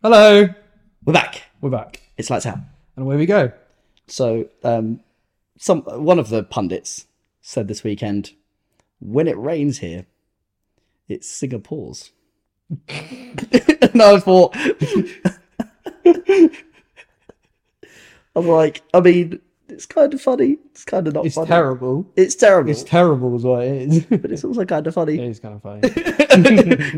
Hello, We're back. we're back, It's lights out. and away we go. So, um, some one of the pundits said this weekend, when it rains here, it's Singapore's. and I thought, I'm like, I mean, it's kind of funny. It's kind of not It's funny. terrible. It's terrible, It's terrible, is what it is. but it's also kind of it funny. is kind of funny.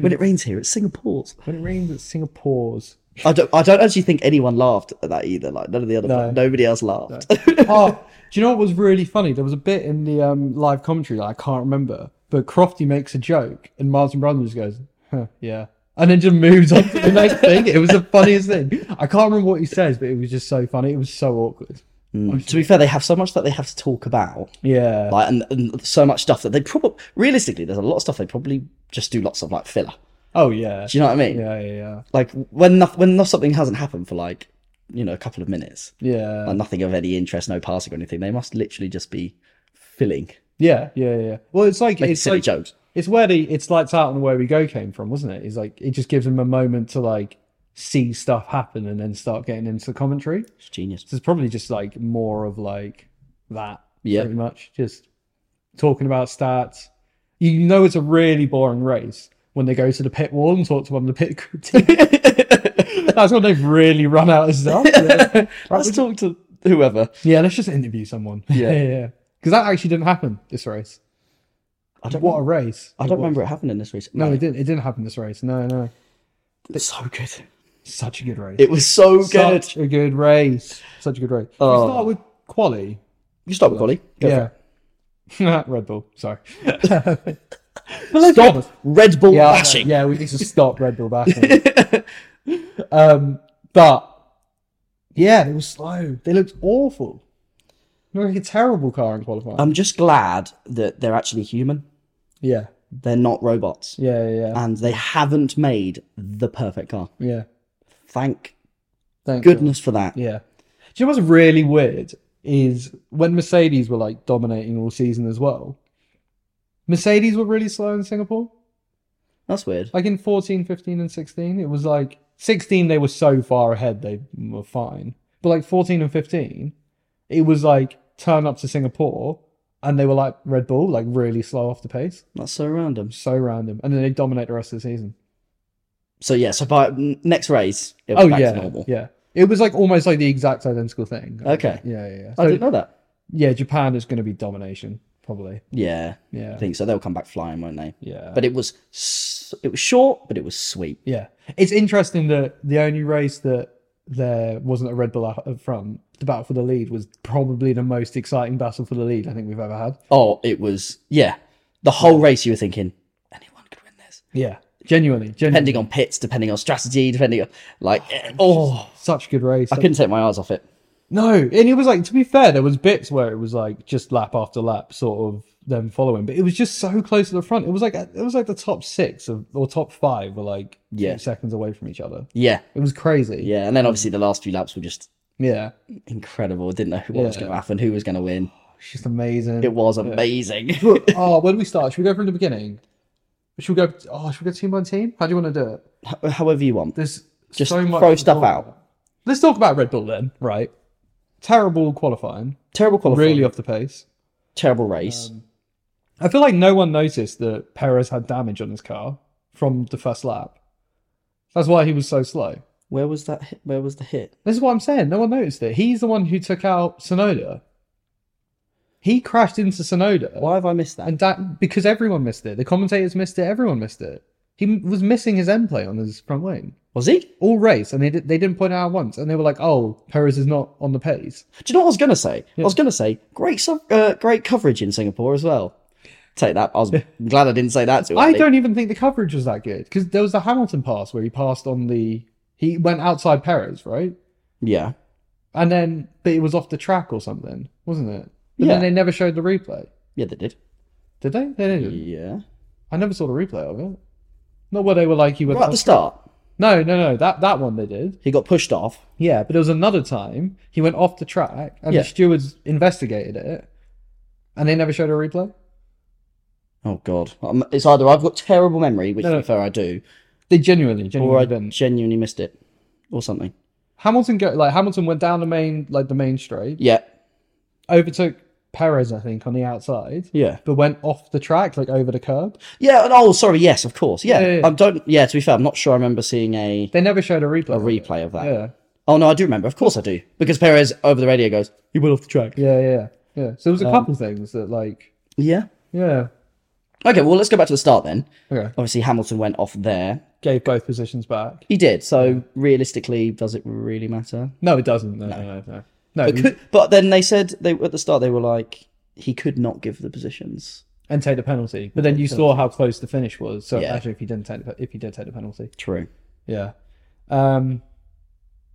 when it rains here, it's Singapore's. when it rains, it's Singapore's. I don't. I don't actually think anyone laughed at that either. Like none of the other. No. Nobody else laughed. oh, do you know what was really funny? There was a bit in the um, live commentary that I can't remember, but Crofty makes a joke and Martin Brothers just goes, huh, yeah. And then just moves on to the next thing. It was the funniest thing. I can't remember what he says, but it was just so funny. It was so awkward. Mm. To be fair, they have so much that they have to talk about, Yeah. like, and, and so much stuff that they probably, realistically, there's a lot of stuff they probably just do lots of like filler. oh, yeah. Do you know what I mean? Yeah, yeah, yeah. Like when no- when no- something hasn't happened for like you know a couple of minutes, Yeah. like nothing of any interest, no passing or anything, they must literally just be filling, Yeah, yeah, yeah. Well, it's like making it's silly like, jokes. it's where the it's lights out and where we go came from, wasn't it? It's like it just gives them a moment to like see stuff happen and then start getting into the commentary. It's genius. So it's probably just like more of like that. Yeah. Pretty much. Just talking about stats. You know it's a really boring race when they go to the pit wall and talk to one of the pit crew team. That's when they've really run out of stuff. Yeah, Let's talk to whoever. Yeah, let's just interview someone. Yeah. yeah. Because that actually didn't happen this race. I don't. What a rem- race. I don't remember it happening this race. No, it didn't. It didn't happen this race. No, no. it's so good. Such a good race. It was so good. Such a good race. Such a good race. Should Oh. We start with quali. You start with Ollie. Go for it. yeah. Red Bull. Sorry. stop. Red Bull Yeah, bashing. yeah, we need to stop Red Bull bashing. um, but yeah, they were slow. They looked awful. They looked like a terrible car in qualifying. I'm just glad that they're actually human. yeah. They're not robots. Yeah. Yeah. Yeah. And they haven't made the perfect car. yeah. Thank Thank God. goodness for that. Yeah. Do you know what's really weird is when Mercedes were like dominating all season as well. Mercedes were really slow in Singapore. That's weird. Like in 14, 15, and 16, it was like 16, they were so far ahead, they were fine. But like 14 and 15, it was like turn up to Singapore and they were like Red Bull, like really slow off the pace. That's so random. So random. And then they dominate the rest of the season. So yeah, so by n- next race, it'll Oh, be back yeah. to normal. Yeah. It was like almost like the exact identical thing. Okay. Yeah, yeah, yeah. I So- didn't know that. yeah, Japan is going to be domination, probably. Yeah, I Yeah, think so. They'll come back flying, won't they? yeah, But it was s- it was short, but it was sweet. yeah. It's interesting that the only race that there wasn't a Red Bull out up front, the battle for the lead was probably the most exciting battle for the lead I think we've ever had. Oh, it was yeah. The whole race, you were thinking anyone could win this, Yeah, genuinely, genuinely, depending on pits, depending on strategy, depending on like oh, such a good race. I couldn't take my eyes off it. No, and it was like to be fair, there was bits where it was like just lap after lap, sort of them following, but it was just so close to the front. It was like it was like the top six of, or top five were like Yeah. two seconds away from each other. Yeah, It was crazy. yeah. And then obviously the last few laps were just yeah. incredible. Didn't know what was Yeah. going to happen, who was going to win. It's just amazing. It was amazing. oh, when do we start? Should we go from the beginning? Should we go? Oh, should we go team by team? How do you want to do it? H- However you want. There's Just so much throw to stuff talk out. about. Let's talk about Red Bull then. Right, terrible qualifying, Terrible qualifying. really Um, off the pace. terrible race. I feel like no one noticed that Perez had damage on his car from the first lap. That's why he was so slow. where was that? Hit? Where was the hit? This is what I'm saying. No one noticed it. He's the one who took out Sonoda. He crashed into Sonoda. Why have I missed that? And that because everyone missed it. The commentators missed it. Everyone missed it. He m- was missing his end plate on his front wing Was he? Do all race, and they did, they didn't point it out once. And they were like, "Oh, Perez is not on the pace." you know what I was gonna say? I was gonna say great, sub- uh, great coverage in Singapore as well. Take that. I was glad I didn't say that to. I Ali. don't even think the coverage was that good because there was the Hamilton pass where he passed on the he went outside Perez, right? Yeah. And then but it was off the track or something, wasn't it? But Yeah. then they never showed the replay, Yeah, they did. did they? They didn't. Yeah. I never saw the replay of it. Not where they were like he went. Right at the start, No, no, no. That that one they did. he got pushed off. Yeah, but there was another time he went off the track and Yeah. the stewards investigated it and they never showed a replay. Oh God! Um, it's either I've got terrible memory, which No, to no. be fair I do, They genuinely, or genuinely I didn't. genuinely missed it. or something. Hamilton go like Hamilton went down the main like the main straight, Yeah, overtook Perez I think on the outside, yeah, but went off the track like over the curb. yeah. and- Oh, sorry. Yes, of course. Yeah, Yeah, yeah, yeah. I don't. Yeah, to be fair, I'm not sure. I remember seeing a They never showed a replay. a replay of that. Yeah, Oh no, I do remember. Of course, I do because Perez over the radio goes, "He went off the track." yeah, yeah, yeah. So there was a couple things that like Yeah. yeah. Okay. Well, let's go back to the start then. Okay. Obviously, Hamilton went off there. Gave both positions back. He did. So realistically, does it really matter? No, it doesn't. No, no, no. no. No, But, could, but then they said they at the start they were like he could not give the positions. and take the penalty. But then you saw how close the finish was. So Yeah. actually, if he didn't take the, if he did take the penalty, True. yeah. Um,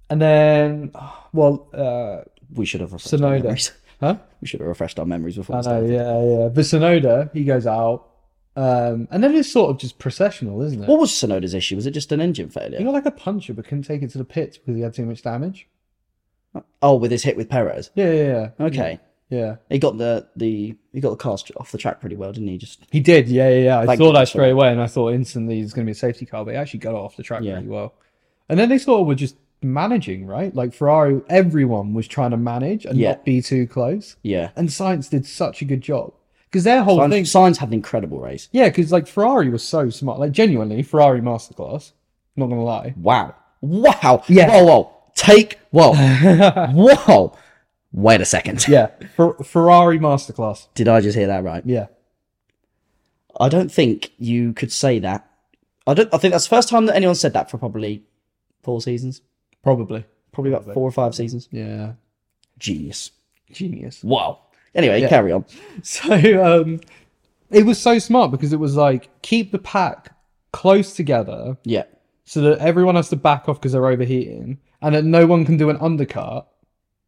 and then well, uh, We should have refreshed. Our Sonoda. memories. huh? We should have refreshed our memories before. I know, we started. yeah, yeah. But Sonoda, he goes out, um, and then it's sort of just processional, isn't it? What was Sonoda's issue? Was it just an engine failure? He got like a puncher, but couldn't take it to the pits because he had too much damage. Oh, with his hit with Perez. Yeah, yeah, yeah. Okay, yeah. he got the the he got the car str- off the track pretty well, didn't he? Just He did, yeah, yeah, yeah. I Thank saw you. that straight away, and I thought instantly it's going to be a safety car, but he actually got it off the track Yeah. really well. And then they sort of were just managing, right? Like Ferrari, everyone was trying to manage and Yeah. not be too close. yeah. And Science did such a good job because their whole thing, Signs, Signs had an incredible race. yeah, because like Ferrari was so smart, like genuinely Ferrari masterclass. Not gonna lie. Wow, wow. Yeah. Whoa, whoa. Take whoa, whoa. Wait a second. Yeah, Fer- Ferrari masterclass. Did I just hear that right? Yeah, I don't think you could say that. I don't. I think that's the first time that anyone said that for probably four seasons, probably. probably about four or five seasons. Yeah, Genius. genius. Wow. Anyway, carry on. So um, it was so smart because it was like keep the pack close together Yeah. so that everyone has to back off because they're overheating, and that no one can do an undercut,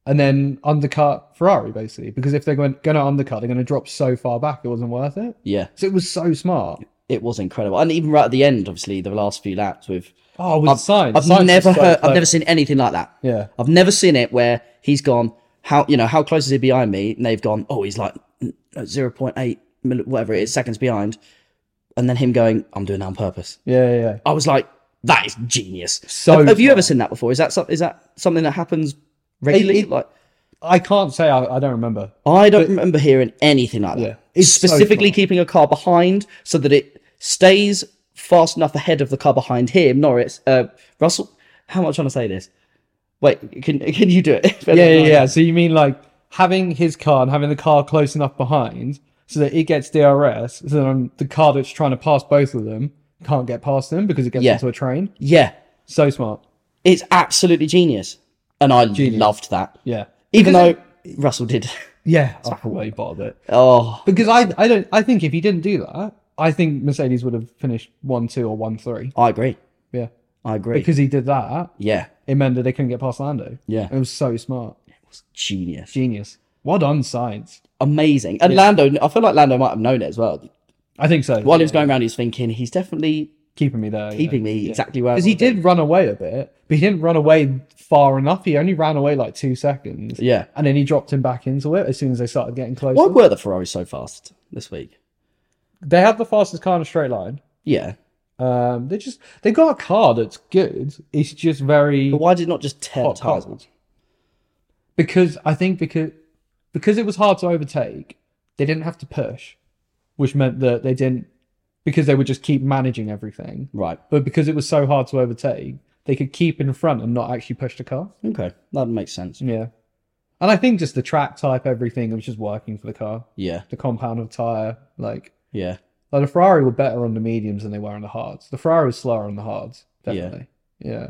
and then undercut Ferrari basically. Because if they're going, going to undercut, they're going to drop so far back it wasn't worth it. Yeah. So it was so smart. It was incredible, and even right at the end, obviously the last few laps with. Oh, with science, I've Sainz was never so heard. I've clever. never seen anything like that. Yeah, I've never seen it where he's gone. How you know how close is he behind me? And they've gone. Oh, he's like zero point eight, whatever it is, seconds behind, and then him going. I'm doing that on purpose. yeah, yeah. yeah. I was like, that is genius. So have, have you fun. ever seen that before? Is that so, is that something that happens regularly? it- like I can't say I, I don't remember. I don't remember hearing anything like that. Yeah. It's so Specifically fun. keeping a car behind so that it stays fast enough ahead of the car behind him. Norris, uh, Russell, how much want to say this? Wait, can can you do it? Yeah, yeah, yeah. So you mean like having his car and having the car close enough behind so that it gets DRS, so then the car that's trying to pass both of them can't get past them because it gets Yeah. into a train. Yeah, So smart. it's absolutely genius, and I loved that. Yeah. Even Because- though Russell did. yeah, I probably bottled it Oh, because I I don't I think if he didn't do that, I think Mercedes would have finished one two or one three. I agree. Yeah, I agree. because he did that, yeah, it meant that they couldn't get past Lando. Yeah. it was so smart, genius. genius. Well done, science. amazing. And Lando, I feel like Lando might have known it as well. I think so. While he was going around, he was thinking he's definitely keeping me there, yeah. keeping me exactly where I Because he want to be. did run away a bit, but he didn't run away far enough. He only ran away like two seconds. Yeah. And then he dropped him back into it as soon as they started getting closer. Why were the Ferraris so fast this week? They have the fastest car in a straight line. Yeah, Um, they just they got a car that's good. It's just very but why did it not just tear the tires? cold. because I think because because it was hard to overtake, they didn't have to push, which meant that they didn't because they would just keep managing everything. Right. But because it was so hard to overtake, they could keep in front and not actually push the car. Okay, that makes sense. Yeah. And I think just the track type, everything was just working for the car. Yeah, The compound of tire, like yeah, like the Ferrari were better on the mediums than they were on the hards. The Ferrari was slower on the hards, Yeah. definitely. Yeah.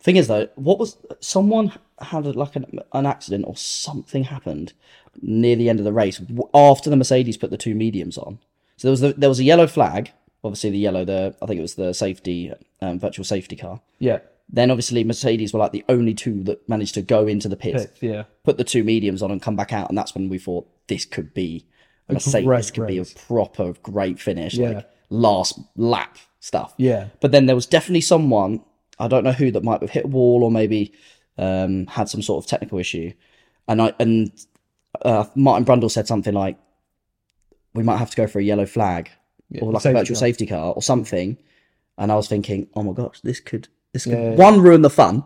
Thing is, though, what was someone had like an, an accident or something happened near the end of the race w- after the Mercedes put the two mediums on. So there was the, there was a yellow flag. Obviously, the yellow. The I think it was the safety um, virtual safety car. Yeah. Then obviously Mercedes were like the only two that managed to go into the pits, Fifth, yeah. put the two mediums on and come back out, and that's when we thought this could be a Mercedes, great this could be a proper great finish, Yeah. like last lap stuff. Yeah. But then there was definitely someone, I don't know who, that might have hit a wall or maybe um, had some sort of technical issue. And I and uh, Martin Brundle said something like, "We might have to go for a yellow flag Yeah, or like a safety virtual car. safety car or something." And I was thinking, "Oh my gosh, this could this could Yeah, yeah, one ruin the fun,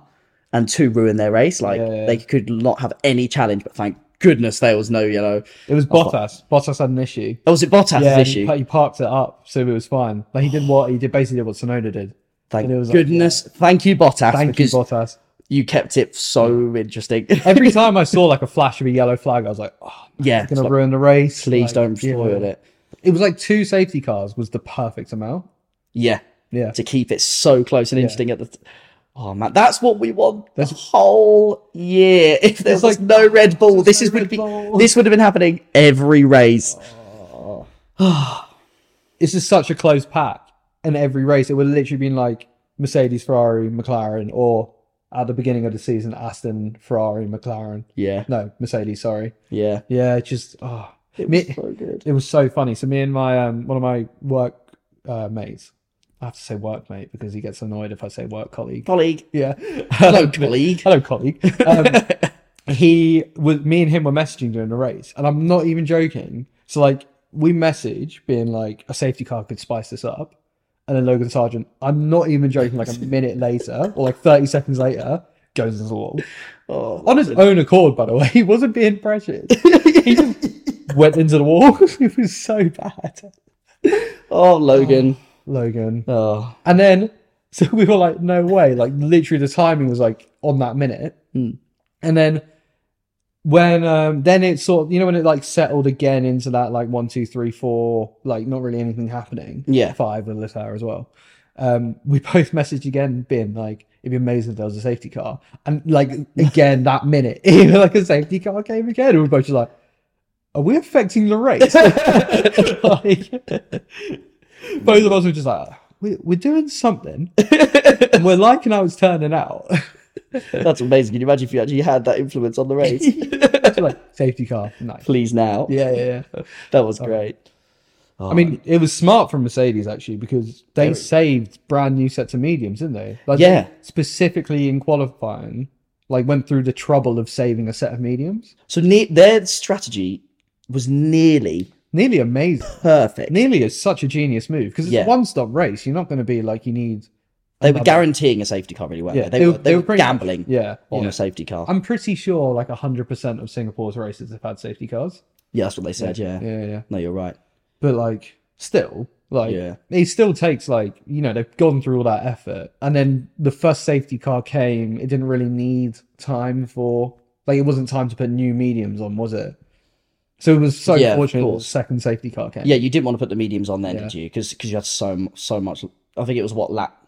and two ruin their race. Like Yeah, yeah. they could not have any challenge, but thank goodness there was no yellow. It was Bottas. Bottas had an issue. Oh, was it Bottas' Yeah, issue? He, pa- he parked it up, so it was fine. Like he did what he did, basically did what Sonoda did. Thank and it was like, goodness. Thank you, Bottas, Thank you, because you, Bottas. kept it so interesting. Every time I saw like a flash of a yellow flag, I was like, oh, yeah, gonna it's like, ruin the race. please Like, don't yeah. spoil it. It was like two safety cars was the perfect amount. Yeah, Yeah. to keep it so close and interesting at the. T- oh man, that's what we want the That's- whole year. If there It's was like- no Red Bull, this no is would Red be Bull. Oh. this would have been happening every race. It's just such a close pack. And every race, it would have literally been like Mercedes, Ferrari, McLaren, or at the beginning of the season, Aston, Ferrari, McLaren. Yeah, No, Mercedes, sorry. yeah. Yeah, it just oh It Me- was so good. it was so funny. So me and my um one of my work uh, mates, I have to say work mate because he gets annoyed if I say work colleague. Colleague, Yeah. hello, colleague. Hello, colleague. Um, he was me and him were messaging during the race, and I'm not even joking. So like we message being like a safety car could spice this up, and then Logan Sargent. I'm not even joking. Like a minute later or like 30 seconds later, goes into the wall Oh, on his own accord. By the way, he wasn't being pressured. he just went into the wall. it was so bad, oh, Logan. Logan. Oh, And then, so we were like, no way. Like, literally, the timing was like on that minute. Mm. And then, when, um, then it sort of, you know, when it like settled again into that like one, two, three, four, like not really anything happening. Yeah. Five with Litar as well. Um, we both messaged again, being like, it'd be amazing if there was a safety car. And like, again, that minute, like a safety car came again. And we were both just like, are we affecting the race? like, both of us were just like, we, we're doing something. and we're liking how it's turning out. that's amazing. Can you imagine if you actually had that influence on the race? It's like, safety car, nice. Please now. Yeah, yeah, yeah. That was great. I mean, it was smart from Mercedes actually because they Very. saved brand new sets of mediums, didn't they? Like, Yeah. they specifically in qualifying, like went through the trouble of saving a set of mediums. so ne- their strategy was nearly Nearly amazing. perfect. Nearly is such a genius move because it's Yeah. a one-stop race. You're not going to be like you need. They were guaranteeing a safety car, really, weren't Yeah, they? They were, they were pretty much- gambling yeah, on yeah. a safety car. I'm pretty sure like 100% of Singapore's races have had safety cars. yeah, that's what they said. Yeah. Yeah, yeah. No, you're right. But like, still, like, Yeah. it still takes like you know they've gone through all that effort, and then the first safety car came. It didn't really need time for like it wasn't time to put new mediums on, was it? So it was so Yeah, of fortunate that the course. second safety car came. Yeah, you didn't want to put the mediums on then, Yeah. did you? Because you had so m- so much. I think it was what lap,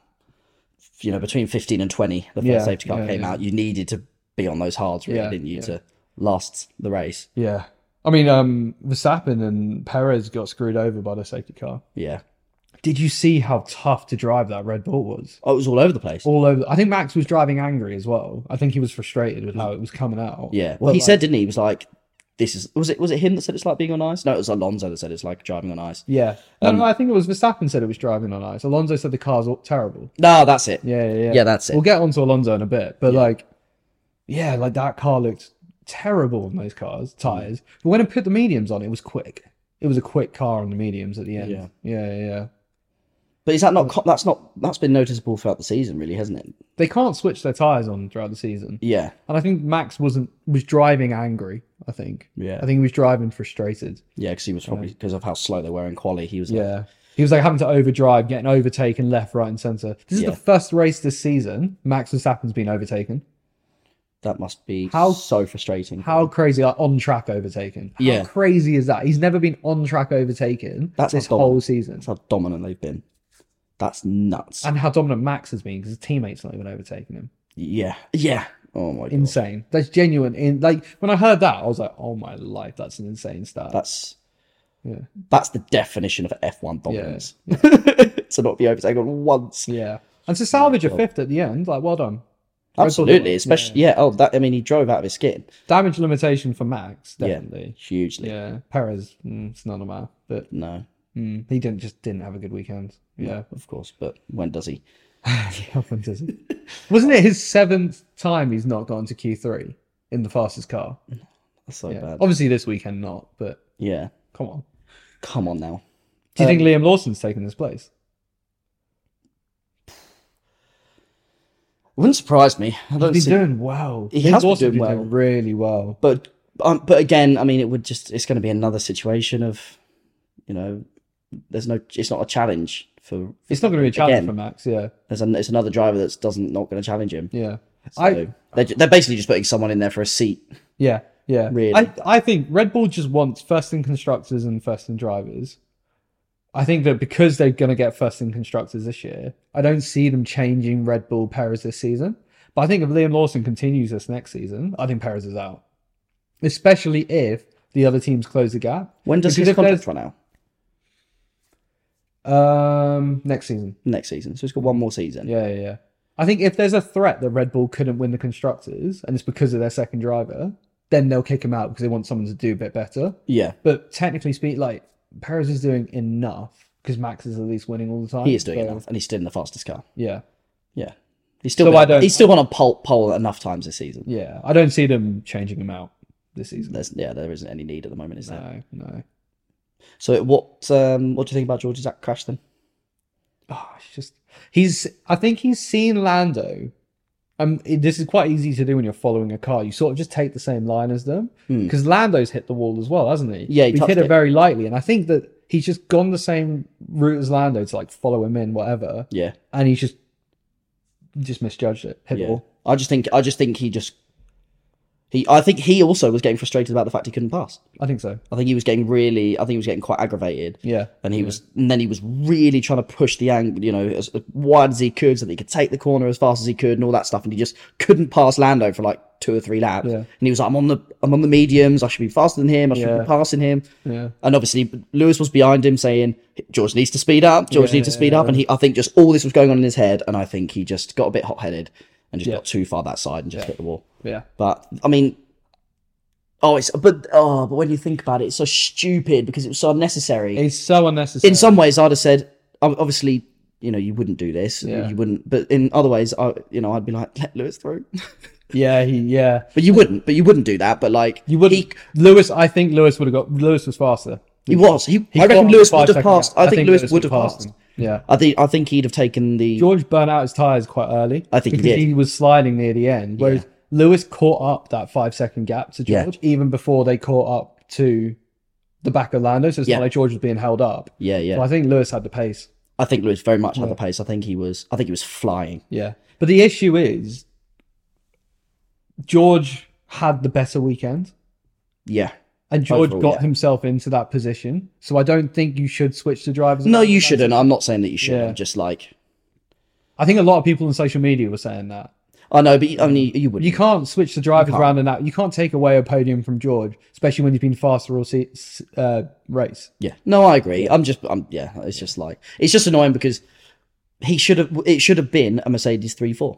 you know, between 15 and 20, the first Yeah, safety car yeah, came yeah. out. You needed to be on those hards, really, Yeah, didn't you, yeah. to last the race? yeah. I mean, um, Verstappen and Perez got screwed over by the safety car. Yeah. Did you see how tough to drive that Red Bull was? Oh, it was all over the place. All over. I think Max was driving angry as well. I think he was frustrated with how it was coming out. Yeah. Well, But, he like- said, didn't he? He was like, this is. Was it was it him that said it's like being on ice? No, it was Alonso that said it's like driving on ice. Yeah. No, no, I think it was Verstappen said it was driving on ice. Alonso said the car's all terrible. No, that's it. Yeah, yeah, yeah. Yeah, that's it. We'll get onto Alonso in a bit, but like, yeah, like that car looked terrible on those cars tires. But when I put the mediums on, it was quick. It was a quick car on the mediums at the end. Yeah. Yeah, yeah, yeah. But is that not. co- That's not. That's been noticeable throughout the season, really, hasn't it? They can't switch their tires on throughout the season, Yeah. and I think Max wasn't was driving angry. I think. Yeah. I think he was driving frustrated. Yeah, because he was probably because of how slow they were in quali. He was like, Yeah. He was like having to overdrive, getting overtaken left, right, and center. This is Yeah. the first race this season Max Verstappen's been overtaken. that must be How- so frustrating. How crazy, like on track overtaken. How Yeah. crazy is that? He's never been on track overtaken That's this abdominal. whole season. That's how dominant they've been. That's nuts. And how dominant Max has been because his teammates not even overtaking him. yeah, yeah. Oh my god, Insane. That's genuine. In like when I heard that, I was like, "Oh my life, that's an insane stat." that's Yeah. that's the definition of F one dominance. to not be overtaken once, yeah, and to salvage a fifth at the end, like, well done. absolutely. Yeah. Especially, yeah. Oh, that. I mean, he drove out of his skin Damage limitation for Max, Yeah. definitely. hugely. Yeah, Perez, mm, it's none of that, but No, mm, he didn't just didn't have a good weekend. Yeah, of course. But when does he? How fun does it? Wasn't it his seventh time he's not gone to Q3 in the fastest car? That's so Yeah. bad. Obviously, this weekend not, but Yeah. come on. Come on now. Do you Um, think Liam Lawson's taken his place? Wouldn't surprise me. I don't He's see, been doing well. He has been Dawson's doing well. really well. but um, but again, I mean, it would just it's going to be another situation of, you know, there's no it's not a challenge for It's not going to be a challenge Again. for Max. Yeah, there's an, it's another driver that's doesn't not going to challenge him. yeah. So I- they're, ju- they're basically just putting someone in there for a seat. Yeah, yeah. Really. I, I think Red Bull just wants first in constructors and first in drivers. I think that because they're going to get first in constructors this year, I don't see them changing Red Bull Perez this season. But I think if Liam Lawson continues this next season, I think Perez is out. Especially if the other teams close the gap. When does Because his if there's- contract run out? Um, next season. Next season, so he's got one more season. Yeah, yeah, yeah. I think if there's a threat that Red Bull couldn't win the constructors and it's because of their second driver, then they'll kick him out because they want someone to do a bit better. yeah, But technically speak, like Perez is doing enough because Max is at least winning all the time. he is doing So, enough, and he's still in the fastest car. Yeah, Yeah, he's still So been- I don't- he's still gone on pole, pole enough times this season. yeah. I don't see them changing him out this season. There's yeah, there isn't any need at the moment, is there? No, no. So what um what do you think about George's that crash then? Oh, it's just he's. I think he's seen Lando. Um, it- this is quite easy to do when you're following a car. You sort of just take the same line as them Hmm. because Lando's hit the wall as well, hasn't he? Yeah, he he's touched hit it it. very lightly, and I think that he's just gone the same route as Lando to like follow him in, whatever, Yeah, and he's just just misjudged it. Hit the yeah. wall. I just think I just think he just he I think he also was getting frustrated about the fact he couldn't pass. I think so. I think he was getting really I think he was getting quite aggravated. Yeah. And he was, and then he was really trying to push the angle, you know, as wide as he could, so that he could take the corner as fast as he could, and all that stuff. And he just couldn't pass Lando for like two or three laps. Yeah. And he was like, "I'm on the, I'm on the mediums. I should be faster than him. I should Yeah. be passing him." Yeah. And obviously, Lewis was behind him, saying, "George needs to speed up. George needs to speed up." And he, I think, just all this was going on in his head, and I think he just got a bit hot-headed and just got too far that side and just hit the wall. Yeah. But I mean, oh, it's but oh, but when you think about it, it's so stupid because it was so unnecessary It's so unnecessary. in some ways, I'd have said, ob- obviously, you know, you wouldn't do this, Yeah. you wouldn't. But in other ways, I, you know, I'd be like, let Lewis through. yeah, he, yeah. but you wouldn't. But you wouldn't do that. But like, You would He, Lewis. I think Lewis would have got. Lewis was faster. he was. He. I got reckon Lewis five would seconds have passed. out. I, think, Lewis would would've have passed. him. Yeah. I think. I think he'd have taken the. George burnt out his tires quite early. I think he because did. was sliding near the end, whereas Lewis caught up that five second gap to Yeah. George even before they caught up to the back of Lando. So it's Yeah. not like George was being held up. yeah, So yeah. I think Lewis had the pace. I think Lewis very much had the pace. I think he was. I think he was flying. Yeah. But the issue is George had the better weekend. Yeah. And George Overall, got yeah. himself into that position. So I don't think you should switch the drivers. No, you shouldn't. I'm not saying that you should. Yeah. I'm just like. I think a lot of people on social media were saying that. I know, but you, I mean, you wouldn't. You can't switch the drivers around and that. You can't take away a podium from George, especially when you've been faster all se- s- uh, race. Yeah. No, I agree. I'm just, I'm, yeah, it's just like, it's just annoying because he should have, it should have been a Mercedes 3 4.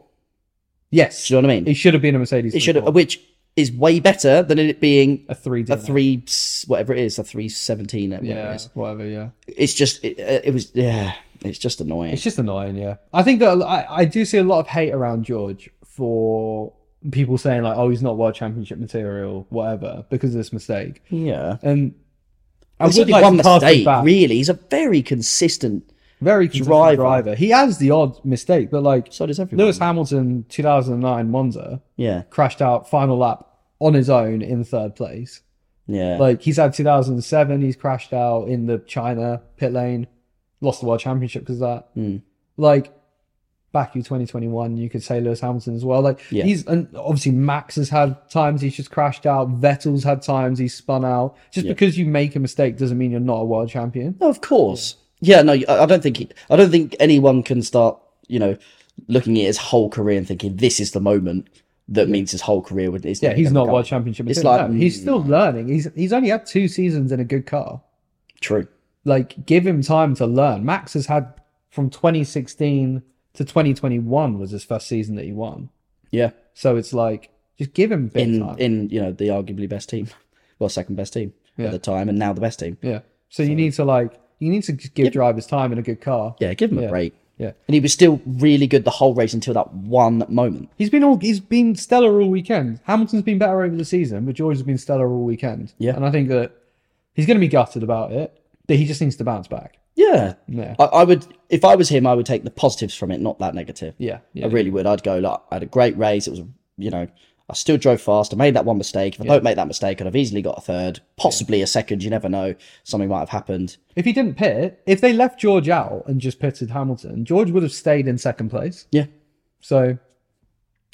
Yes. Do you know what I mean? It should have been a Mercedes. It should have, which is way better than it being A 3 a 3, s- whatever it is, a 317. Whatever it Yeah. is. Whatever, yeah. It's just, it, uh, it was, yeah, it's just annoying. It's just annoying, yeah. I think that I, I do see a lot of hate around George for people saying, like, oh, he's not world championship material, whatever, because of this mistake. Yeah. And I It's would only like one to pass him mistake, back. really. He's a very consistent, very consistent Driver. driver. He has the odd mistake, but like so does everyone. Lewis Hamilton, 2009 Monza, Yeah. crashed out final lap on his own in third place. Yeah. Like he's had 2007, he's crashed out in the China pit lane, lost the world championship because of that. Mm. Like Baku 2021, you could say Lewis Hamilton as well. Like Yeah. he's and obviously Max has had times he's just crashed out. Vettel's had times he's spun out. Just Yeah. because you make a mistake doesn't mean you're not a world champion. No, of course. Yeah, no, I I don't think he, I don't think anyone can start, you know, looking at his whole career and thinking this is the moment that means his whole career would. is Yeah, never he's gonna not come." world championship. It's material. like- No, he's still learning. He's he's only had two seasons in a good car. True. Like, give him time to learn. Max has had from 2016 to 2021 was his first season that he won. Yeah, So it's like just give him a bit in of time. in you know the arguably best team, well second best team Yeah. at the time, and now the best team. yeah. So, you need to like you need to just give drivers time in a good car. Yeah, give him a Yeah. break. Yeah. And he was still really good the whole race until that one moment. He's been all he's been stellar all weekend. Hamilton's been better over the season, but George has been stellar all weekend. Yeah. And I think that he's gonna be gutted about it, but he just needs to bounce back. Yeah. Yeah. I, I would, if I was him, I would take the positives from it, not that negative. Yeah. I Yeah. really would. I'd go, like, I had a great race. It was, you know, I still drove fast. I made that one mistake. If I don't make that mistake, I'd have easily got a third, possibly a second. You never know. Something might have happened. If he didn't pit, if they left George out and just pitted Hamilton, George would have stayed in second place. Yeah. So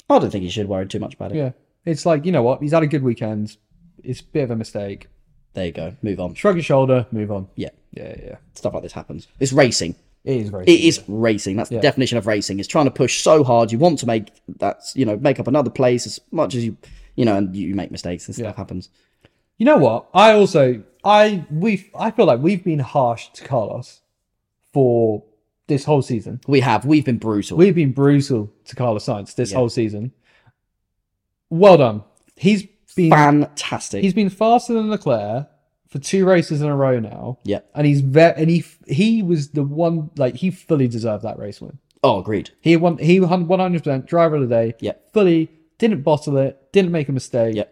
I don't think he should worry too much about it. yeah, it's like you know what? He's had a good weekend. It's a bit of a mistake. There you go. Move on. Shrug your shoulder. Move on. Yeah. Yeah. Yeah. Stuff like this happens. It's racing. It is very. It is racing. That's the definition of racing. It's trying to push so hard. You want to make that, you know, make up another place as much as you, you know, and you make mistakes and stuff happens. You know what? I also I we I feel like we've been harsh to Carlos for this whole season. We have. We've been brutal. We've been brutal to Carlos Sainz this whole season. Well done. He's been Fantastic. he's been faster than Leclerc for two races in a row now, yeah. and he's ve- and he he was the one like he fully deserved that race win. Oh, agreed. He won. He won one hundred percent driver of the day. Yeah. fully didn't bottle it. Didn't make a mistake. Yeah.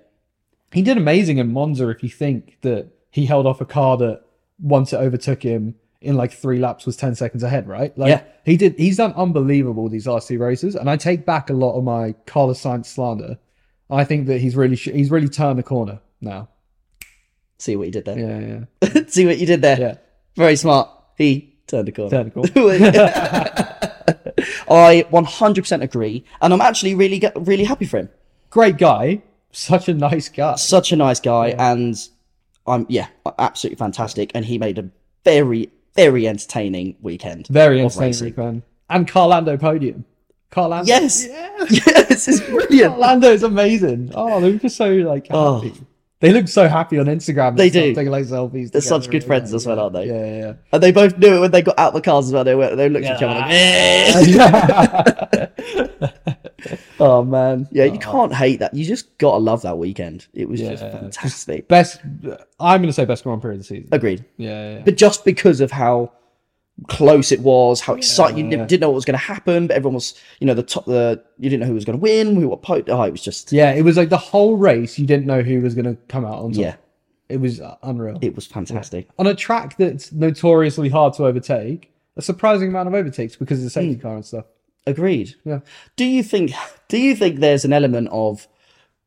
he did amazing in Monza. If you think that he held off a car that once it overtook him in like three laps was ten seconds ahead, right? Like, Yeah. he did. He's done unbelievable these last two races, and I take back a lot of my Carlos Sainz slander. I think that he's really sh- he's really turned the corner now. See what you did there. Yeah, yeah, See what you did there. yeah. Very smart. He turned the corner. Turned the I 100% agree, and I'm actually really ge- really happy for him. Great guy. Such a nice guy. Such a nice guy, and I'm yeah, absolutely fantastic. And he made a very very entertaining weekend. Very of entertaining racing. man. And Carlando podium. Carlando. Yes, Yeah. yes, it's brilliant. Orlando is amazing. Oh, they were just so like happy. Oh. They look so happy on Instagram. They and stuff, do. Taking like selfies. They're such good friends as well, aren't they? Yeah, yeah. And they both knew it when they got out of the cars as well. They, went, they looked at each other like, "Eh." yeah. oh man, yeah. You can't hate that. You just gotta love that weekend. It was just Yeah. fantastic. best. I'm gonna say best Grand Prix of the season. Agreed. Yeah, yeah, yeah. but just because of how close it was, how exciting you didn't- didn't know what was going to happen, but everyone was, you know, the top, the you didn't know who was going to win, who what po- oh, it was just yeah. Yeah, it was like the whole race. You didn't know who was gonna come out on top. It was uh, unreal. it was fantastic. on a track that's notoriously hard to overtake, a surprising amount of overtakes because of the Hmm. safety car and stuff. Agreed. Yeah. Do you think? Do you think there's an element of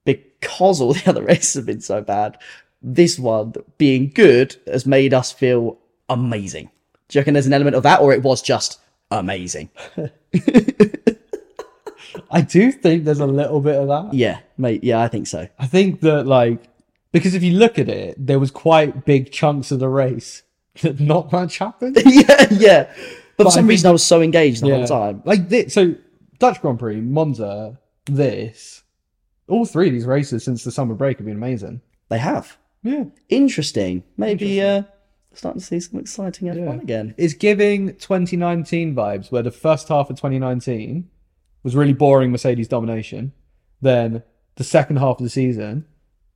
because all the other races have been so bad, this one being good has made us feel amazing? Do you reckon there's an element of that, or it was just amazing? I do think there's a little bit of that. Yeah, mate. Yeah, I think so. I think that like because if you look at it, there was quite big chunks of the race that not much happened yeah, yeah. But, for I some think- reason, I was so engaged the Yeah. whole time. Like this, so Dutch Grand Prix, Monza, this, all three of these races since the summer break have been amazing. They have. Yeah, Interesting. Maybe uh starting to see some exciting F1 again. it's giving 2019 vibes, where the first half of 2019 was really boring Mercedes domination, then the second half of the season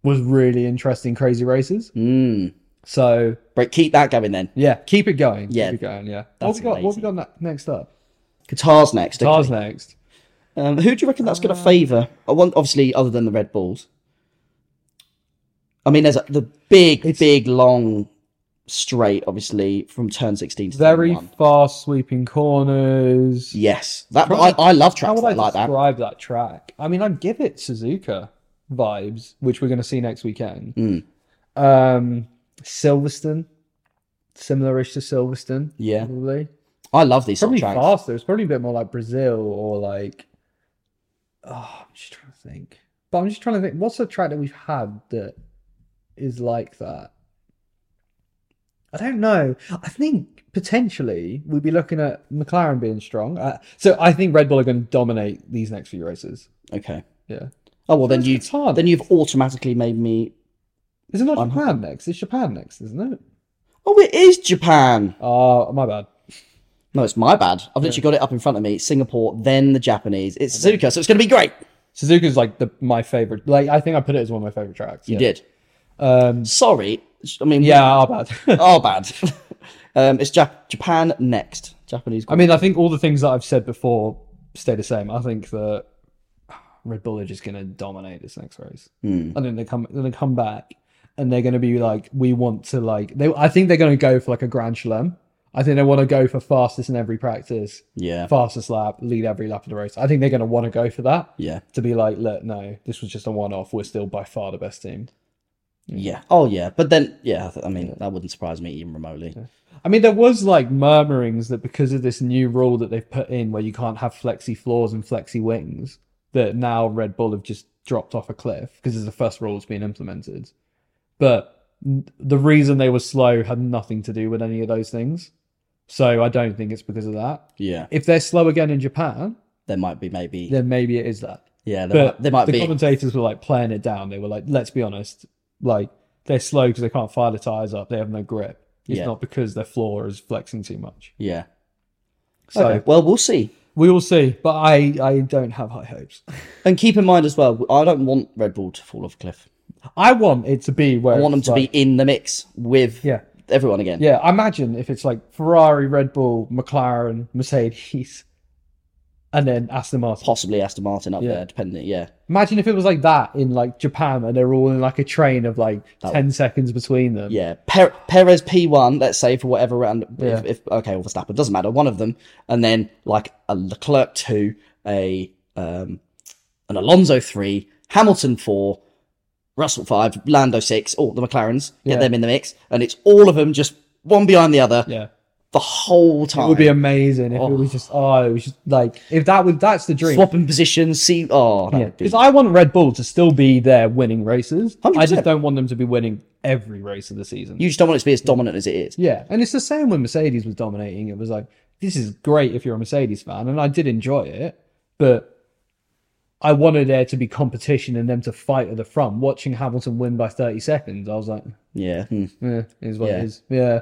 was really interesting, crazy races. Mm. So But keep that going then. yeah, keep it going. Yeah. keep it going. Yeah, what That's we got? What we amazing. got ne- next up? Qatar's next. okay. Cars next. Um, who do you reckon that's going Uh. to favour? I want, obviously, other than the Red Bulls. I mean, there's a, the big, It's- big, long straight, obviously, from turn 16 to Very 31. fast sweeping corners. Yes. That, I, Probably- I love How tracks would I that like that. describe that. track? I mean, I'd give it Suzuka vibes, which we're going to see next weekend. Mm. Um, Silverstone, similar-ish to Silverstone, Yeah. probably. I love these sort Probably of tracks. faster. It's probably a bit more like Brazil or like. Oh, I'm just trying to think. But I'm just trying to think. What's a track that we've had that is like that? I don't know. I think potentially we'd be looking at McLaren being strong. Uh, so I think Red Bull are going to dominate these next few races. Okay. Yeah. Oh, well, then, It's you, Qatar then next. you've automatically made me. Is it not I'm- Japan next? It's Japan next, isn't it? Oh, it is Japan. Oh, my bad. No, it's my bad. I've literally got it up in front of me. Singapore, then the Japanese. It's Suzuka, so it's going to be great. Suzuka's like the my favorite. Like I think I put it as one of my favorite tracks. You yeah. did. Um, Sorry. I mean, yeah, our bad. Oh, bad. um, it's Jap- Japan next. Japanese. I mean, I think all the things that I've said before stay the same. I think that Red Bull are just going to dominate this next race, Hmm. and then they come, then they come back, and they're going to be like, we want to like. They, I think they're going to go for like a grand slam. I think they want to go for fastest in every practice, Yeah. fastest lap, lead every lap of the race. I think they're going to want to go for that Yeah. to be like, look, no, this was just a one off. We're still by far the best team. Yeah. Oh, yeah. But then, yeah, I th- I mean, that wouldn't surprise me even remotely. I mean, there was like murmurings that because of this new rule that they've put in where you can't have flexi floors and flexi wings, that now Red Bull have just dropped off a cliff because it's the first rule that's been implemented. But n- the reason they were slow had nothing to do with any of those things. So I don't think it's because of that. Yeah. If they're slow again in Japan, There might be maybe. then maybe it is that. yeah. There, But might, there might the be. commentators were like playing it down. They were like, let's be honest, like they're slow because they can't fire the tires up. They have no grip. It's Yeah. not because their floor is flexing too much. yeah. So okay. Well, we'll see. we will see. But I, I don't have high hopes. And keep in mind as well, I don't want Red Bull to fall off a cliff. I want it to be where I want them it's to like- be in the mix with Yeah, everyone again. yeah. I imagine if it's like Ferrari, Red Bull, McLaren, Mercedes, and then Aston Martin. Possibly Aston Martin up Yeah. there, depending. Yeah. Imagine if it was like that in like Japan, and they're all in like a train of like That- ten seconds between them. Yeah, per- Perez P1, let's say for whatever round. Yeah. If, if okay, well, Verstappen doesn't matter. One of them, and then like a Leclerc two, a um, an Alonso three, Hamilton four, Russell five, Lando six. All the McLarens get Yeah. them in the mix, and it's all of them just one behind the other yeah. the whole It time. would be amazing if it was just oh, it was just like if that was that's the dream. swapping positions. See, oh, that Yeah, would be, because I want Red Bull to still be there winning races. I 100%. just don't want them to be winning every race of the season. you just don't want it to be as dominant as it is. Yeah, and it's the same when Mercedes was dominating. It was like this is great if you're a Mercedes fan, and I did enjoy it, but I wanted there to be competition and them to fight at the front. Watching Hamilton win by 30 seconds, I was like, Yeah. hmm. eh, is what Yeah. it is. Yeah,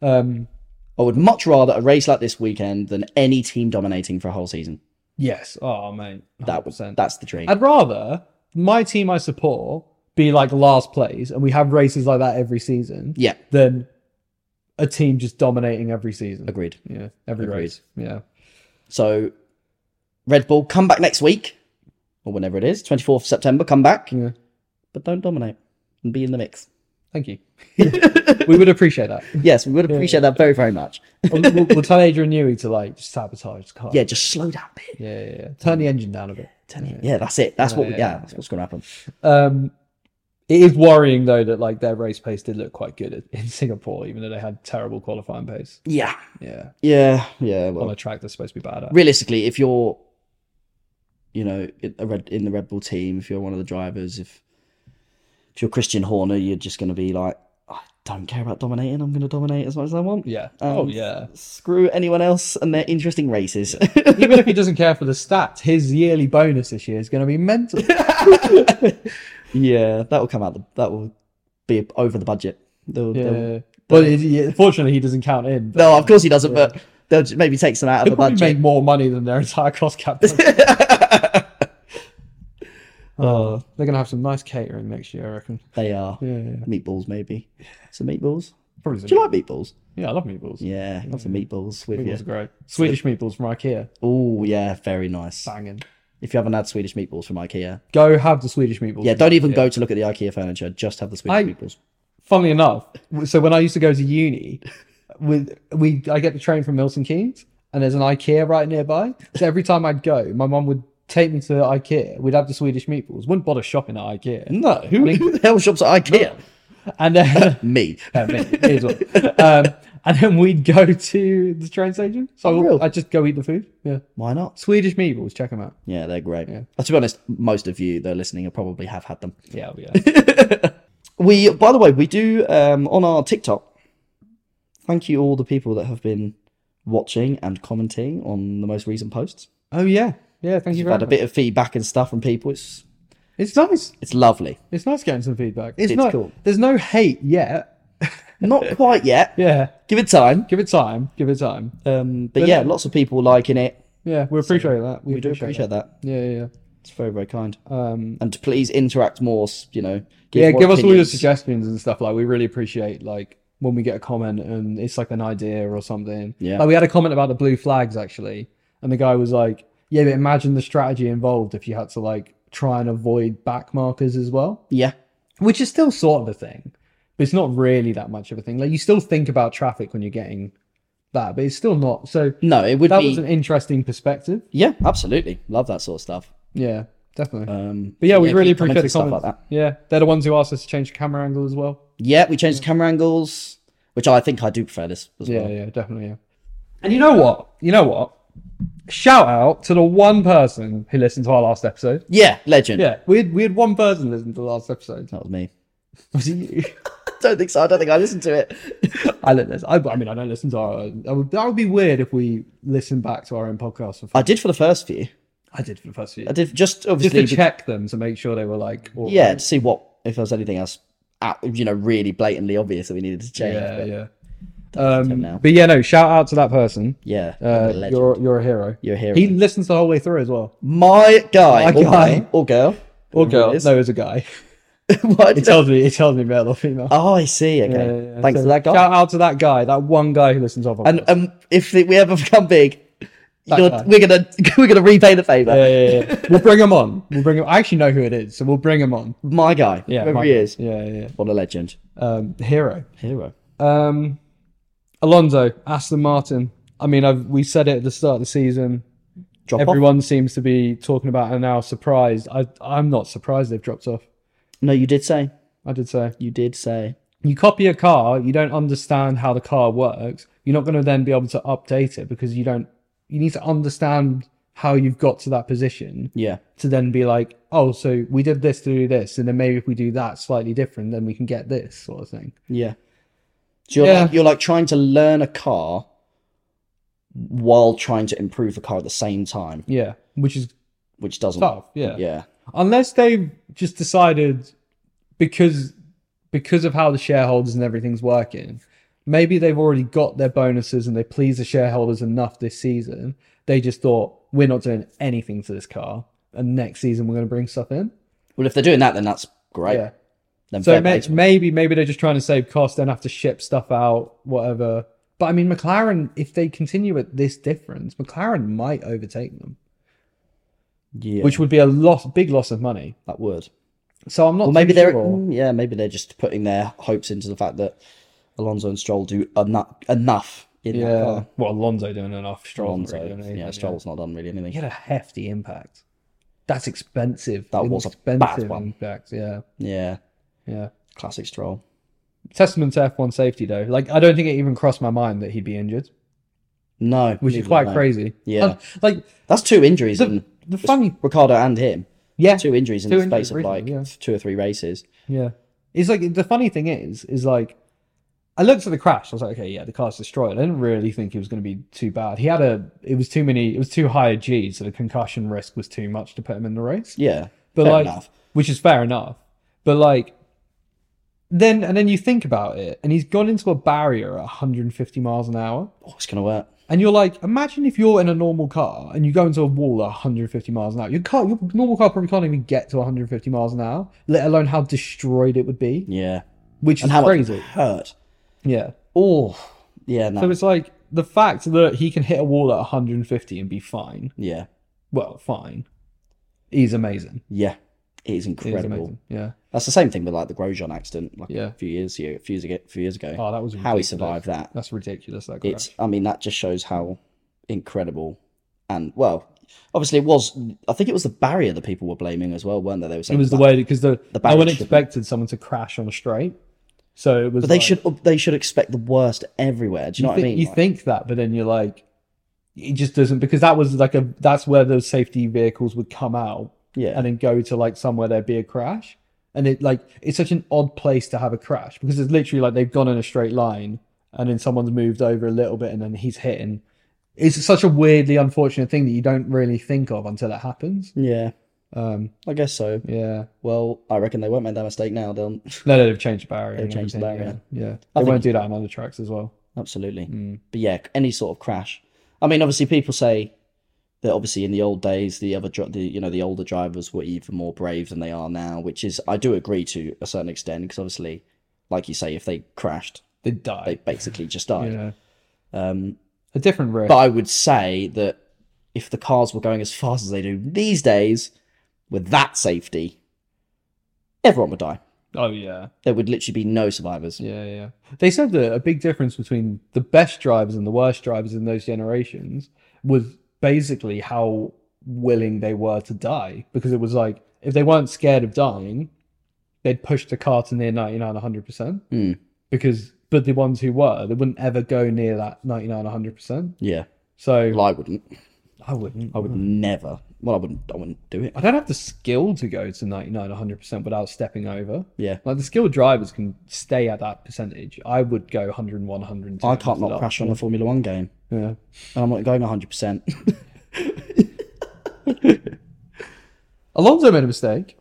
um, I would much rather a race like this weekend than any team dominating for a whole season. yes. Oh man, That was that's the dream. I'd rather my team I support be like last place, and we have races like that every season, yeah, than a team just dominating every season. agreed. Yeah, every Agreed. race. Yeah. So, Red Bull, come back next week or whenever it is, 24th September, come back, Yeah. but don't dominate and be in the mix. Thank you. we would appreciate that. Yes, we would appreciate that very, very much. We'll, we'll, we'll tell Adrian Newey to like just sabotage the car. Yeah, just slow down a bit. yeah, yeah, yeah. Turn the engine down a bit. Tell you. Yeah, that's it. That's what. We, Yeah, yeah, that's what's going to happen. Um, it is worrying though that like their race pace did look quite good in Singapore, even though they had terrible qualifying pace. Yeah, Yeah, yeah, yeah. on Well, a track that's supposed to be bad at. realistically, if you're, you know, in a Red in the Red Bull team, if you're one of the drivers, if if you're Christian Horner, you're just going to be like, I don't care about dominating. I'm going to dominate as much as I want. Yeah. Um, oh yeah. Screw anyone else and their interesting races. Even if he doesn't care for the stats, his yearly bonus this year is going to be mental. Yeah, that will come out. The, that will be over the budget. They'll, they'll, yeah. But it, yeah, fortunately, he doesn't count in. But no, of course he doesn't. But they'll just maybe take some out of he'll the probably budget. make more money than their entire cost cap. oh, they're gonna have some nice catering next year, I reckon. They are Yeah, yeah. meatballs, maybe some meatballs. Probably. Do you like meatballs? Yeah, I love meatballs. Yeah, lots of meatballs with Meatballs are you. great. Swedish meatballs from IKEA, Oh yeah, very nice. banging. If you haven't had Swedish meatballs from IKEA, Go have the Swedish meatballs. yeah, don't even go to look at the IKEA furniture. Just have the Swedish I- meatballs. Funnily enough, w- so when I used to go to uni, with we I get the train from Milton Keynes, and there's an IKEA right nearby. So every time I'd go, my mum would take me to IKEA. We'd have the Swedish meatballs. Wouldn't bother shopping at IKEA. No, who, who the hell shops at IKEA? And then Me. Yeah, me, me as well. Um, and then we'd go to the train station. So Unreal. I'd just go eat the food. Yeah. Why not? Swedish meatballs, check them out. Yeah, they're great. Yeah. Uh, To be honest, most of you that are listening will probably have had them. Yeah, yeah. We, by the way, we do um, on our TikTok. Thank you all the people that have been watching and commenting on the most recent posts. oh yeah. Yeah, thank you We've very had a much. bit of feedback and stuff from people. It's It's nice. it's lovely. It's nice getting some feedback. It's, It's not cool. there's no hate yet. Not quite yet. Yeah. Give it time. Give it time. Give it time. Um, but yeah, lots of people liking it. Yeah, we appreciate that. We, We do appreciate that. that. Yeah, yeah, It's very very kind. yeah. Um And please interact more. s- You know. Give yeah, more give us all your opinions. suggestions and stuff. Like we really appreciate like when we get a comment and it's like an idea or something. Yeah. Like we had a comment about the blue flags actually, and the guy was like, "Yeah, but imagine the strategy involved if you had to like try and avoid back markers as well," Yeah. which is still sort of a thing, but it's not really that much of a thing. Like you still think about traffic when you're getting that, but it's still not. So No, it would that be. was an interesting perspective. Yeah, absolutely. Love that sort of stuff. Yeah, definitely. Um, but yeah, we really keep commenting appreciate the stuff comments. like that. Yeah, they're the ones who asked us to change the camera angle as well. Yeah, we changed camera angles, which I think I do prefer this as Yeah, well. yeah, definitely. Yeah. And you know what? You know what? Shout out to the one person who listened to our last episode. Yeah, legend. Yeah, we had, we had one person listen to the last episode. That was me. Was it you? I don't think so. I don't think I listened to it. I don't listen. I, I mean, I don't listen to our. own. That would, that would be weird if we listen back to our own podcast. For fun. I did for the first few. I did for the first few. I did just Just obviously. to check them to make sure they were like. all yeah, right. to see what if there was anything else, out, you know, really blatantly obvious that we needed to change. Yeah, but yeah. them Um, now. but yeah, no. Shout out to that person. yeah, Uh, legend. you're you're a hero. You're a hero. He listens the whole way through as well. My My guy, or guy. guy, or girl, Or girl? is. No, it's a guy. Why He did I- tells me. He tells me male or female. Oh, I see. Okay, Yeah, yeah, yeah. thanks So to that guy. Shout out to that guy, that one guy who listens to our podcast. And um, if we ever become big, you're, guy. we're gonna we're gonna repay the favor. yeah, yeah, yeah. we'll bring him on. We'll bring him. I actually know who it is, so we'll bring him on. My guy, Yeah, whoever my- he is, Yeah, yeah. what a legend, yeah. Um, hero. hero. Um, Alonso, Aston Martin. I mean, I've, we said it at the start of the season. Drop off. Everyone seems to be talking about it and now surprised. I, I'm not surprised they've dropped off. No, you did say. I did say. You did say. You copy a car, you don't understand how the car works. You're not going to then be able to update it because you don't. You need to understand how you've got to that position Yeah. to then be like, oh, so we did this to do this, and then maybe if we do that slightly different, then we can get this sort of thing. Yeah. So you're, Yeah. Like, you're like trying to learn a car while trying to improve the car at the same time, Yeah, which is which doesn't. tough. Oh, Yeah, Yeah. unless they've just decided because because of how the shareholders and everything's working, maybe they've already got their bonuses and they please the shareholders enough this season. They just thought we're not doing anything to this car, and next season we're going to bring stuff in. Well, if they're doing that, then that's great. Yeah. Then So fair may- play to them. maybe maybe they're just trying to save costs, then have to ship stuff out, whatever. But I mean, McLaren, if they continue at this difference, McLaren might overtake them, yeah, which would be a loss, big loss of money. that would. So I'm not. Well, maybe too they're sure. mm, yeah, maybe they're just putting their hopes into the fact that Alonso and Stroll do enough enough in that Yeah. car. Well, Alonso doing enough. Stroll's Alonso, not really doing anything, yeah, Stroll's not done really anything. He had a hefty impact. That's expensive. That was a expensive bad one. impact. Yeah. Yeah, Yeah. classic Stroll. Testament to F1 safety, though. Like, I don't think it even crossed my mind that he'd be injured, No, which neither is quite did I. crazy. Yeah. Uh, Like, That's two injuries the, in the funny. Ricardo and him. Yeah. Two injuries in Two the space injuries of like recently, yeah. two or three races. Yeah. It's like the funny thing is, is like I looked at the crash. I was like, okay, yeah, the car's destroyed. I didn't really think it was going to be too bad. He had a, it was too many, it was too high a G, so the concussion risk was too much to put him in the race. Yeah, But fair like, enough. which is fair enough. But like, then and then you think about it, and he's gone into a barrier at 150 miles an hour, Oh, it's gonna work. and you're like, imagine if you're in a normal car and you go into a wall at 150 miles an hour. Your car, your normal car probably can't even get to 150 miles an hour, let alone how destroyed it would be Yeah, which and is how crazy. much it hurt? Yeah. Oh, yeah, no, So it's like the fact that he can hit a wall at 150 and be fine. yeah, Well, fine. He's amazing. yeah. It is He's incredible. amazing. Yeah. That's the same thing with like the Grosjean accident, like Yeah. a few years ago, a few years ago, a few years ago. Oh, that was how he ridiculous. Oh, survived that. That's ridiculous. That crash. It's, I mean, that just shows how incredible and well, obviously it was. I think it was the barrier that people were blaming as well, weren't they? They were It saying was the that- way because the, the no one barrier- expected someone to crash on a straight. So it was. but they like- should they should expect the worst everywhere. Do you know thi- what I mean? You Like, think that, but then you're like, it just doesn't because that was like a that's where those safety vehicles would come out yeah, and then go to like somewhere there'd be a crash. And it like it's such an odd place to have a crash because it's literally like they've gone in a straight line and then someone's moved over a little bit and then he's hitting. It's such a weirdly unfortunate thing that you don't really think of until it happens. yeah, Um, I guess so. yeah. Well, I reckon they won't make that mistake now. They'll No, no, they've changed the barrier. They've and changed the everything, barrier. Yeah. yeah. They I think- won't do that on other tracks as well. absolutely. Mm. But yeah, any sort of crash. I mean, obviously, people say that obviously in the old days, the other dri- the you know the older drivers were even more brave than they are now, which is I do agree to a certain extent because obviously, like you say, if they crashed, They they die. basically just died. yeah. Um, A different risk. but I would say that if the cars were going as fast as they do these days, with that safety, everyone would die. Oh yeah, There would literally be no survivors. yeah, yeah. They said that a big difference between the best drivers and the worst drivers in those generations was basically how willing they were to die, because it was like if they weren't scared of dying, they'd push the car to near 99, 100 percent. Mm. Because but the ones who were, they wouldn't ever go near that 99, 100 percent. Yeah. So Well, I wouldn't. I wouldn't. I would never. Well, I wouldn't. I wouldn't do it. I don't have the skill to go to 99, 100% without stepping over. Yeah. Like the skilled drivers can stay at that percentage. I would go 101, 102. I can't not crash on a Formula One game, Yeah. and I'm not going 100. percent Alonso made a mistake.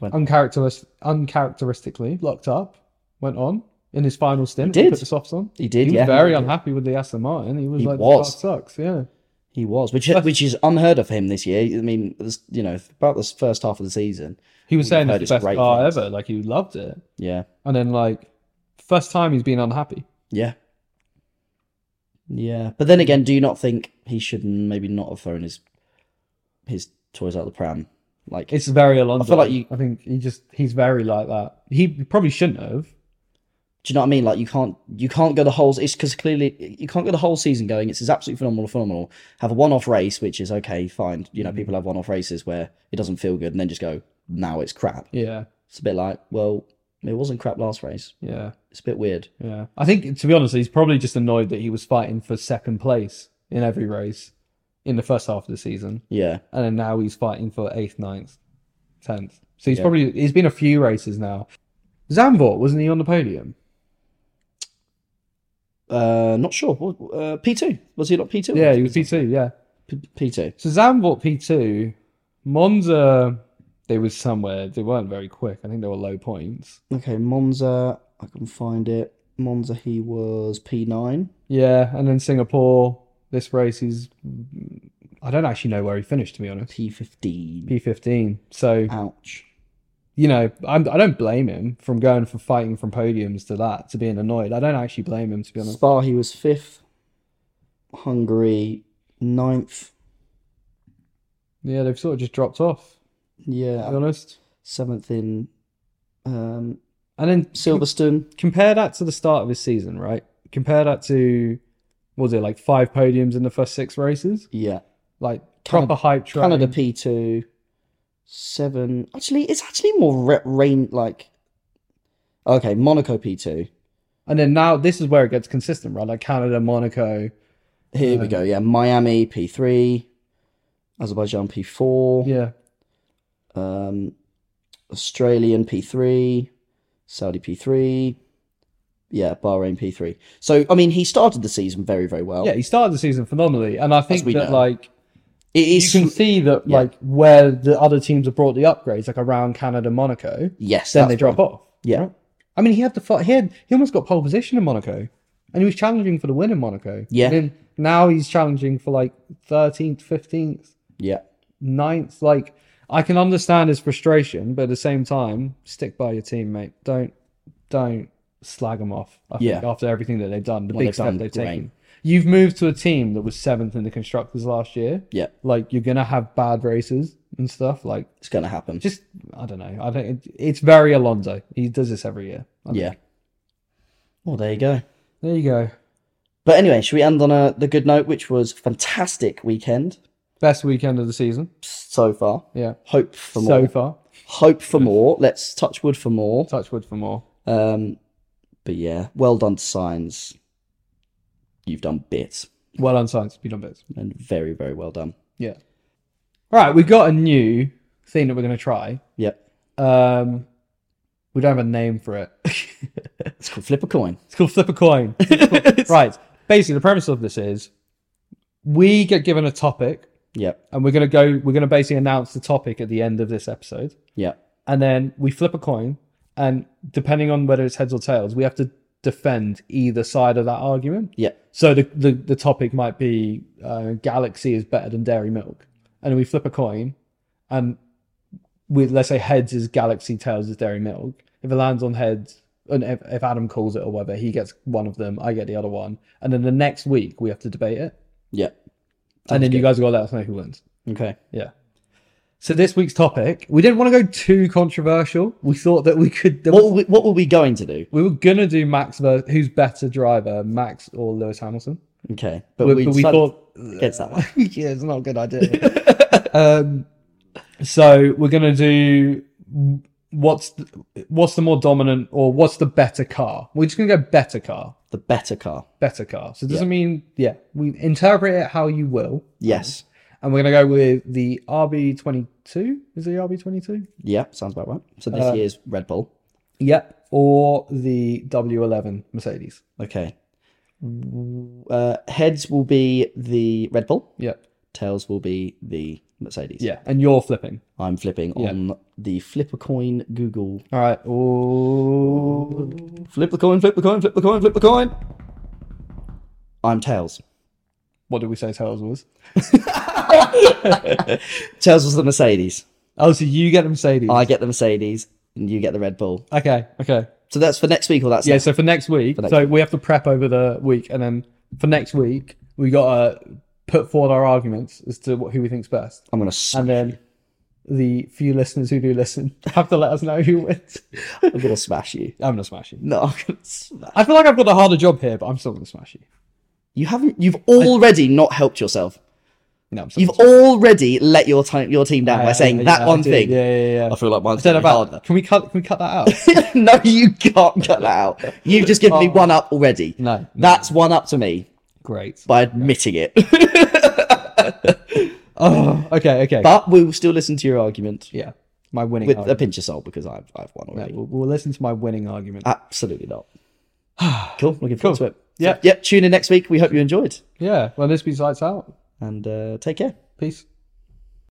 When? Uncharacteris- uncharacteristically locked up, went on in his final stint. He did. Put the softs on. He did. He was yeah. very unhappy with the Aston Martin. He was He like, was. this car sucks. Yeah. He was, which which is unheard of for him this year. I mean, this- you know, about this first half of the season. He was saying heard it's the best it's great car things. ever. Like he loved it. Yeah. And then, like, first time he's been unhappy. Yeah. Yeah. But then again, do you not think he should maybe not have thrown his his toys out the pram? Like It's very Alonso. I feel like you- I think he just he's very like that. He probably shouldn't have. do you know what I mean? Like you can't you can't go the whole it's because clearly you can't go the whole season going, it's absolutely phenomenal, phenomenal. Have a one off race, which is okay, fine. You know, people have one off races where it doesn't feel good and then just go, now it's crap. Yeah, It's a bit like, well, it wasn't crap last race. yeah, It's a bit weird. yeah. I think to be honest, he's probably just annoyed that he was fighting for second place in every race in the first half of the season, Yeah. and then now he's fighting for eighth, ninth, tenth. So he's Yeah. probably he's been a few races now. Zambor wasn't he on the podium? Uh not sure. What- Uh, P two. Was he not P two? Yeah, he was P two. Yeah, P two. so Zambor P two, Monza. They was somewhere. They weren't very quick. I think they were low points. Okay, Monza, I can find it. Monza, he was P9. Yeah, and then Singapore. This race is. I don't actually know where he finished to be honest. P15. P15. So Ouch. you know, I'm, I don't blame him from going from fighting from podiums to that to being annoyed. I don't actually blame him to be honest. Spa, he was 5th. Hungary, ninth. Yeah, they've sort of just dropped off. To be Yeah, honest. 7th in um, And then Silverstone. compare that to the start of his season, right? Compare that to what was it like five podiums in the first six races? Yeah. Like Canada- proper hype train. Canada, P2. 7. Actually, it's actually more re- rain like. Okay, Monaco, P2. And then now this is where it gets consistent, right? Like Canada, Monaco. Here we go. Yeah, Miami, P3. Azerbaijan, P4. Yeah. um, Australian P3, Saudi P3, yeah, Bahrain P3. So, I mean, he started the season very, very well. Yeah, he started the season phenomenally. And I think we that know. like it you is. can see that Yeah. like where the other teams have brought the upgrades, like around Canada, Monaco, yes, then that's they drop off. Yeah. I mean, he had the fight. He had he almost got pole position in Monaco, and he was challenging for the win in Monaco. Yeah. And then now he's challenging for like thirteenth, fifteenth, yeah, 9th. Like I can understand his frustration, but at the same time, stick by your team, mate. Don't don't slag them off. I think Yeah. After everything that they've done, the Well, big they've step done they've great. taken. You've moved to a team that was seventh in the constructors last year. yeah, Like you're gonna have bad races and stuff. Like it's going to happen. just I don't know. I don't. It, it's very Alonso. He does this every year. I think. yeah. Well, there you go. There you go. But anyway, should we end on a the good note, which was fantastic weekend Best weekend of the season. so far. Yeah. Hope for more. So far. Hope for more. Let's touch wood for more. Touch wood for more. Um, but yeah, well done to Signs. You've done bits. Well done, science. Be done bits. and very very well done. Yeah. All right. We got a new thing that we're going to try. Yep, Um, we don't have a name for it. it's called flip a coin. It's called Flip a Coin. right. Basically, the premise of this is we get given a topic Yep, and we're going to go, we're going to basically announce the topic at the end of this episode. yep, and then we flip a coin and depending on whether it's heads or tails we have to defend either side of that argument yep, so the the, the topic might be uh, galaxy is better than dairy milk and then we flip a coin and we let's say heads is galaxy tails is dairy milk if it lands on heads and if, if adam calls it or whether he gets one of them i get the other one and then the next week we have to debate it yep. and then you guys gotta let us know who wins Okay, yeah So this week's topic, we didn't want to go too controversial. We thought that we could. What were we, what were we going to do? we were gonna do Max versus who's better driver, Max or Lewis Hamilton. Okay, but But we, we, decided thought against that one. yeah, it's not a good idea. um, so we're gonna do what's the, what's the more dominant or what's the better car? We're just gonna go better car, The better car. better car. So it doesn't mean yeah. We interpret it how you will, Yes. and we're gonna go with the RB twenty two. Is it RB twenty two? Yeah, sounds about right. So Uh, this year's Red Bull. Yep. Or the W eleven Mercedes. Okay. Uh, heads will be the Red Bull. Yep. Tails will be the Mercedes. Yeah. And you're flipping. I'm flipping on the flip a coin Google. All right. Oh. Flip the coin, flip the coin, flip the coin, flip the coin. I'm tails. What did we say Tails was? Tails was the Mercedes. Oh, so you get the Mercedes. I get the Mercedes, and you get the Red Bull. Okay. Okay. So that's for next week, or that's Yeah. So for next week, next so we have to prep over the week, and then for next week we gotta put forward our arguments as to what, who we think's best, I'm gonna. s and then the few listeners who do listen have to let us know who wins. I'm gonna smash you. I'm gonna smash you. No, I'm gonna smash. I feel like I've got a harder job here, but I'm still gonna smash you. You haven't. You've already not helped yourself. No, I'm still You've already let your time, your team down by saying Yeah, that yeah, I one did. thing. Yeah, yeah, yeah. I feel like mine's I don't know gonna be about- harder. Can we cut? Can we cut that out? no, you can't cut that out. You've just given me one up already. Oh. No, no. That's one up to me Great. by admitting it. Oh, okay, okay. but we will still listen to your argument yeah, my winning. with a argument. pinch of salt because I've, I've won already. we'll, we'll listen to my winning argument. Ah. Absolutely not. cool. Looking forward Cool. to it. Yeah. Yep. Tune in next week. We hope you enjoyed Yeah, well, this be lights out. and uh, take care. Peace.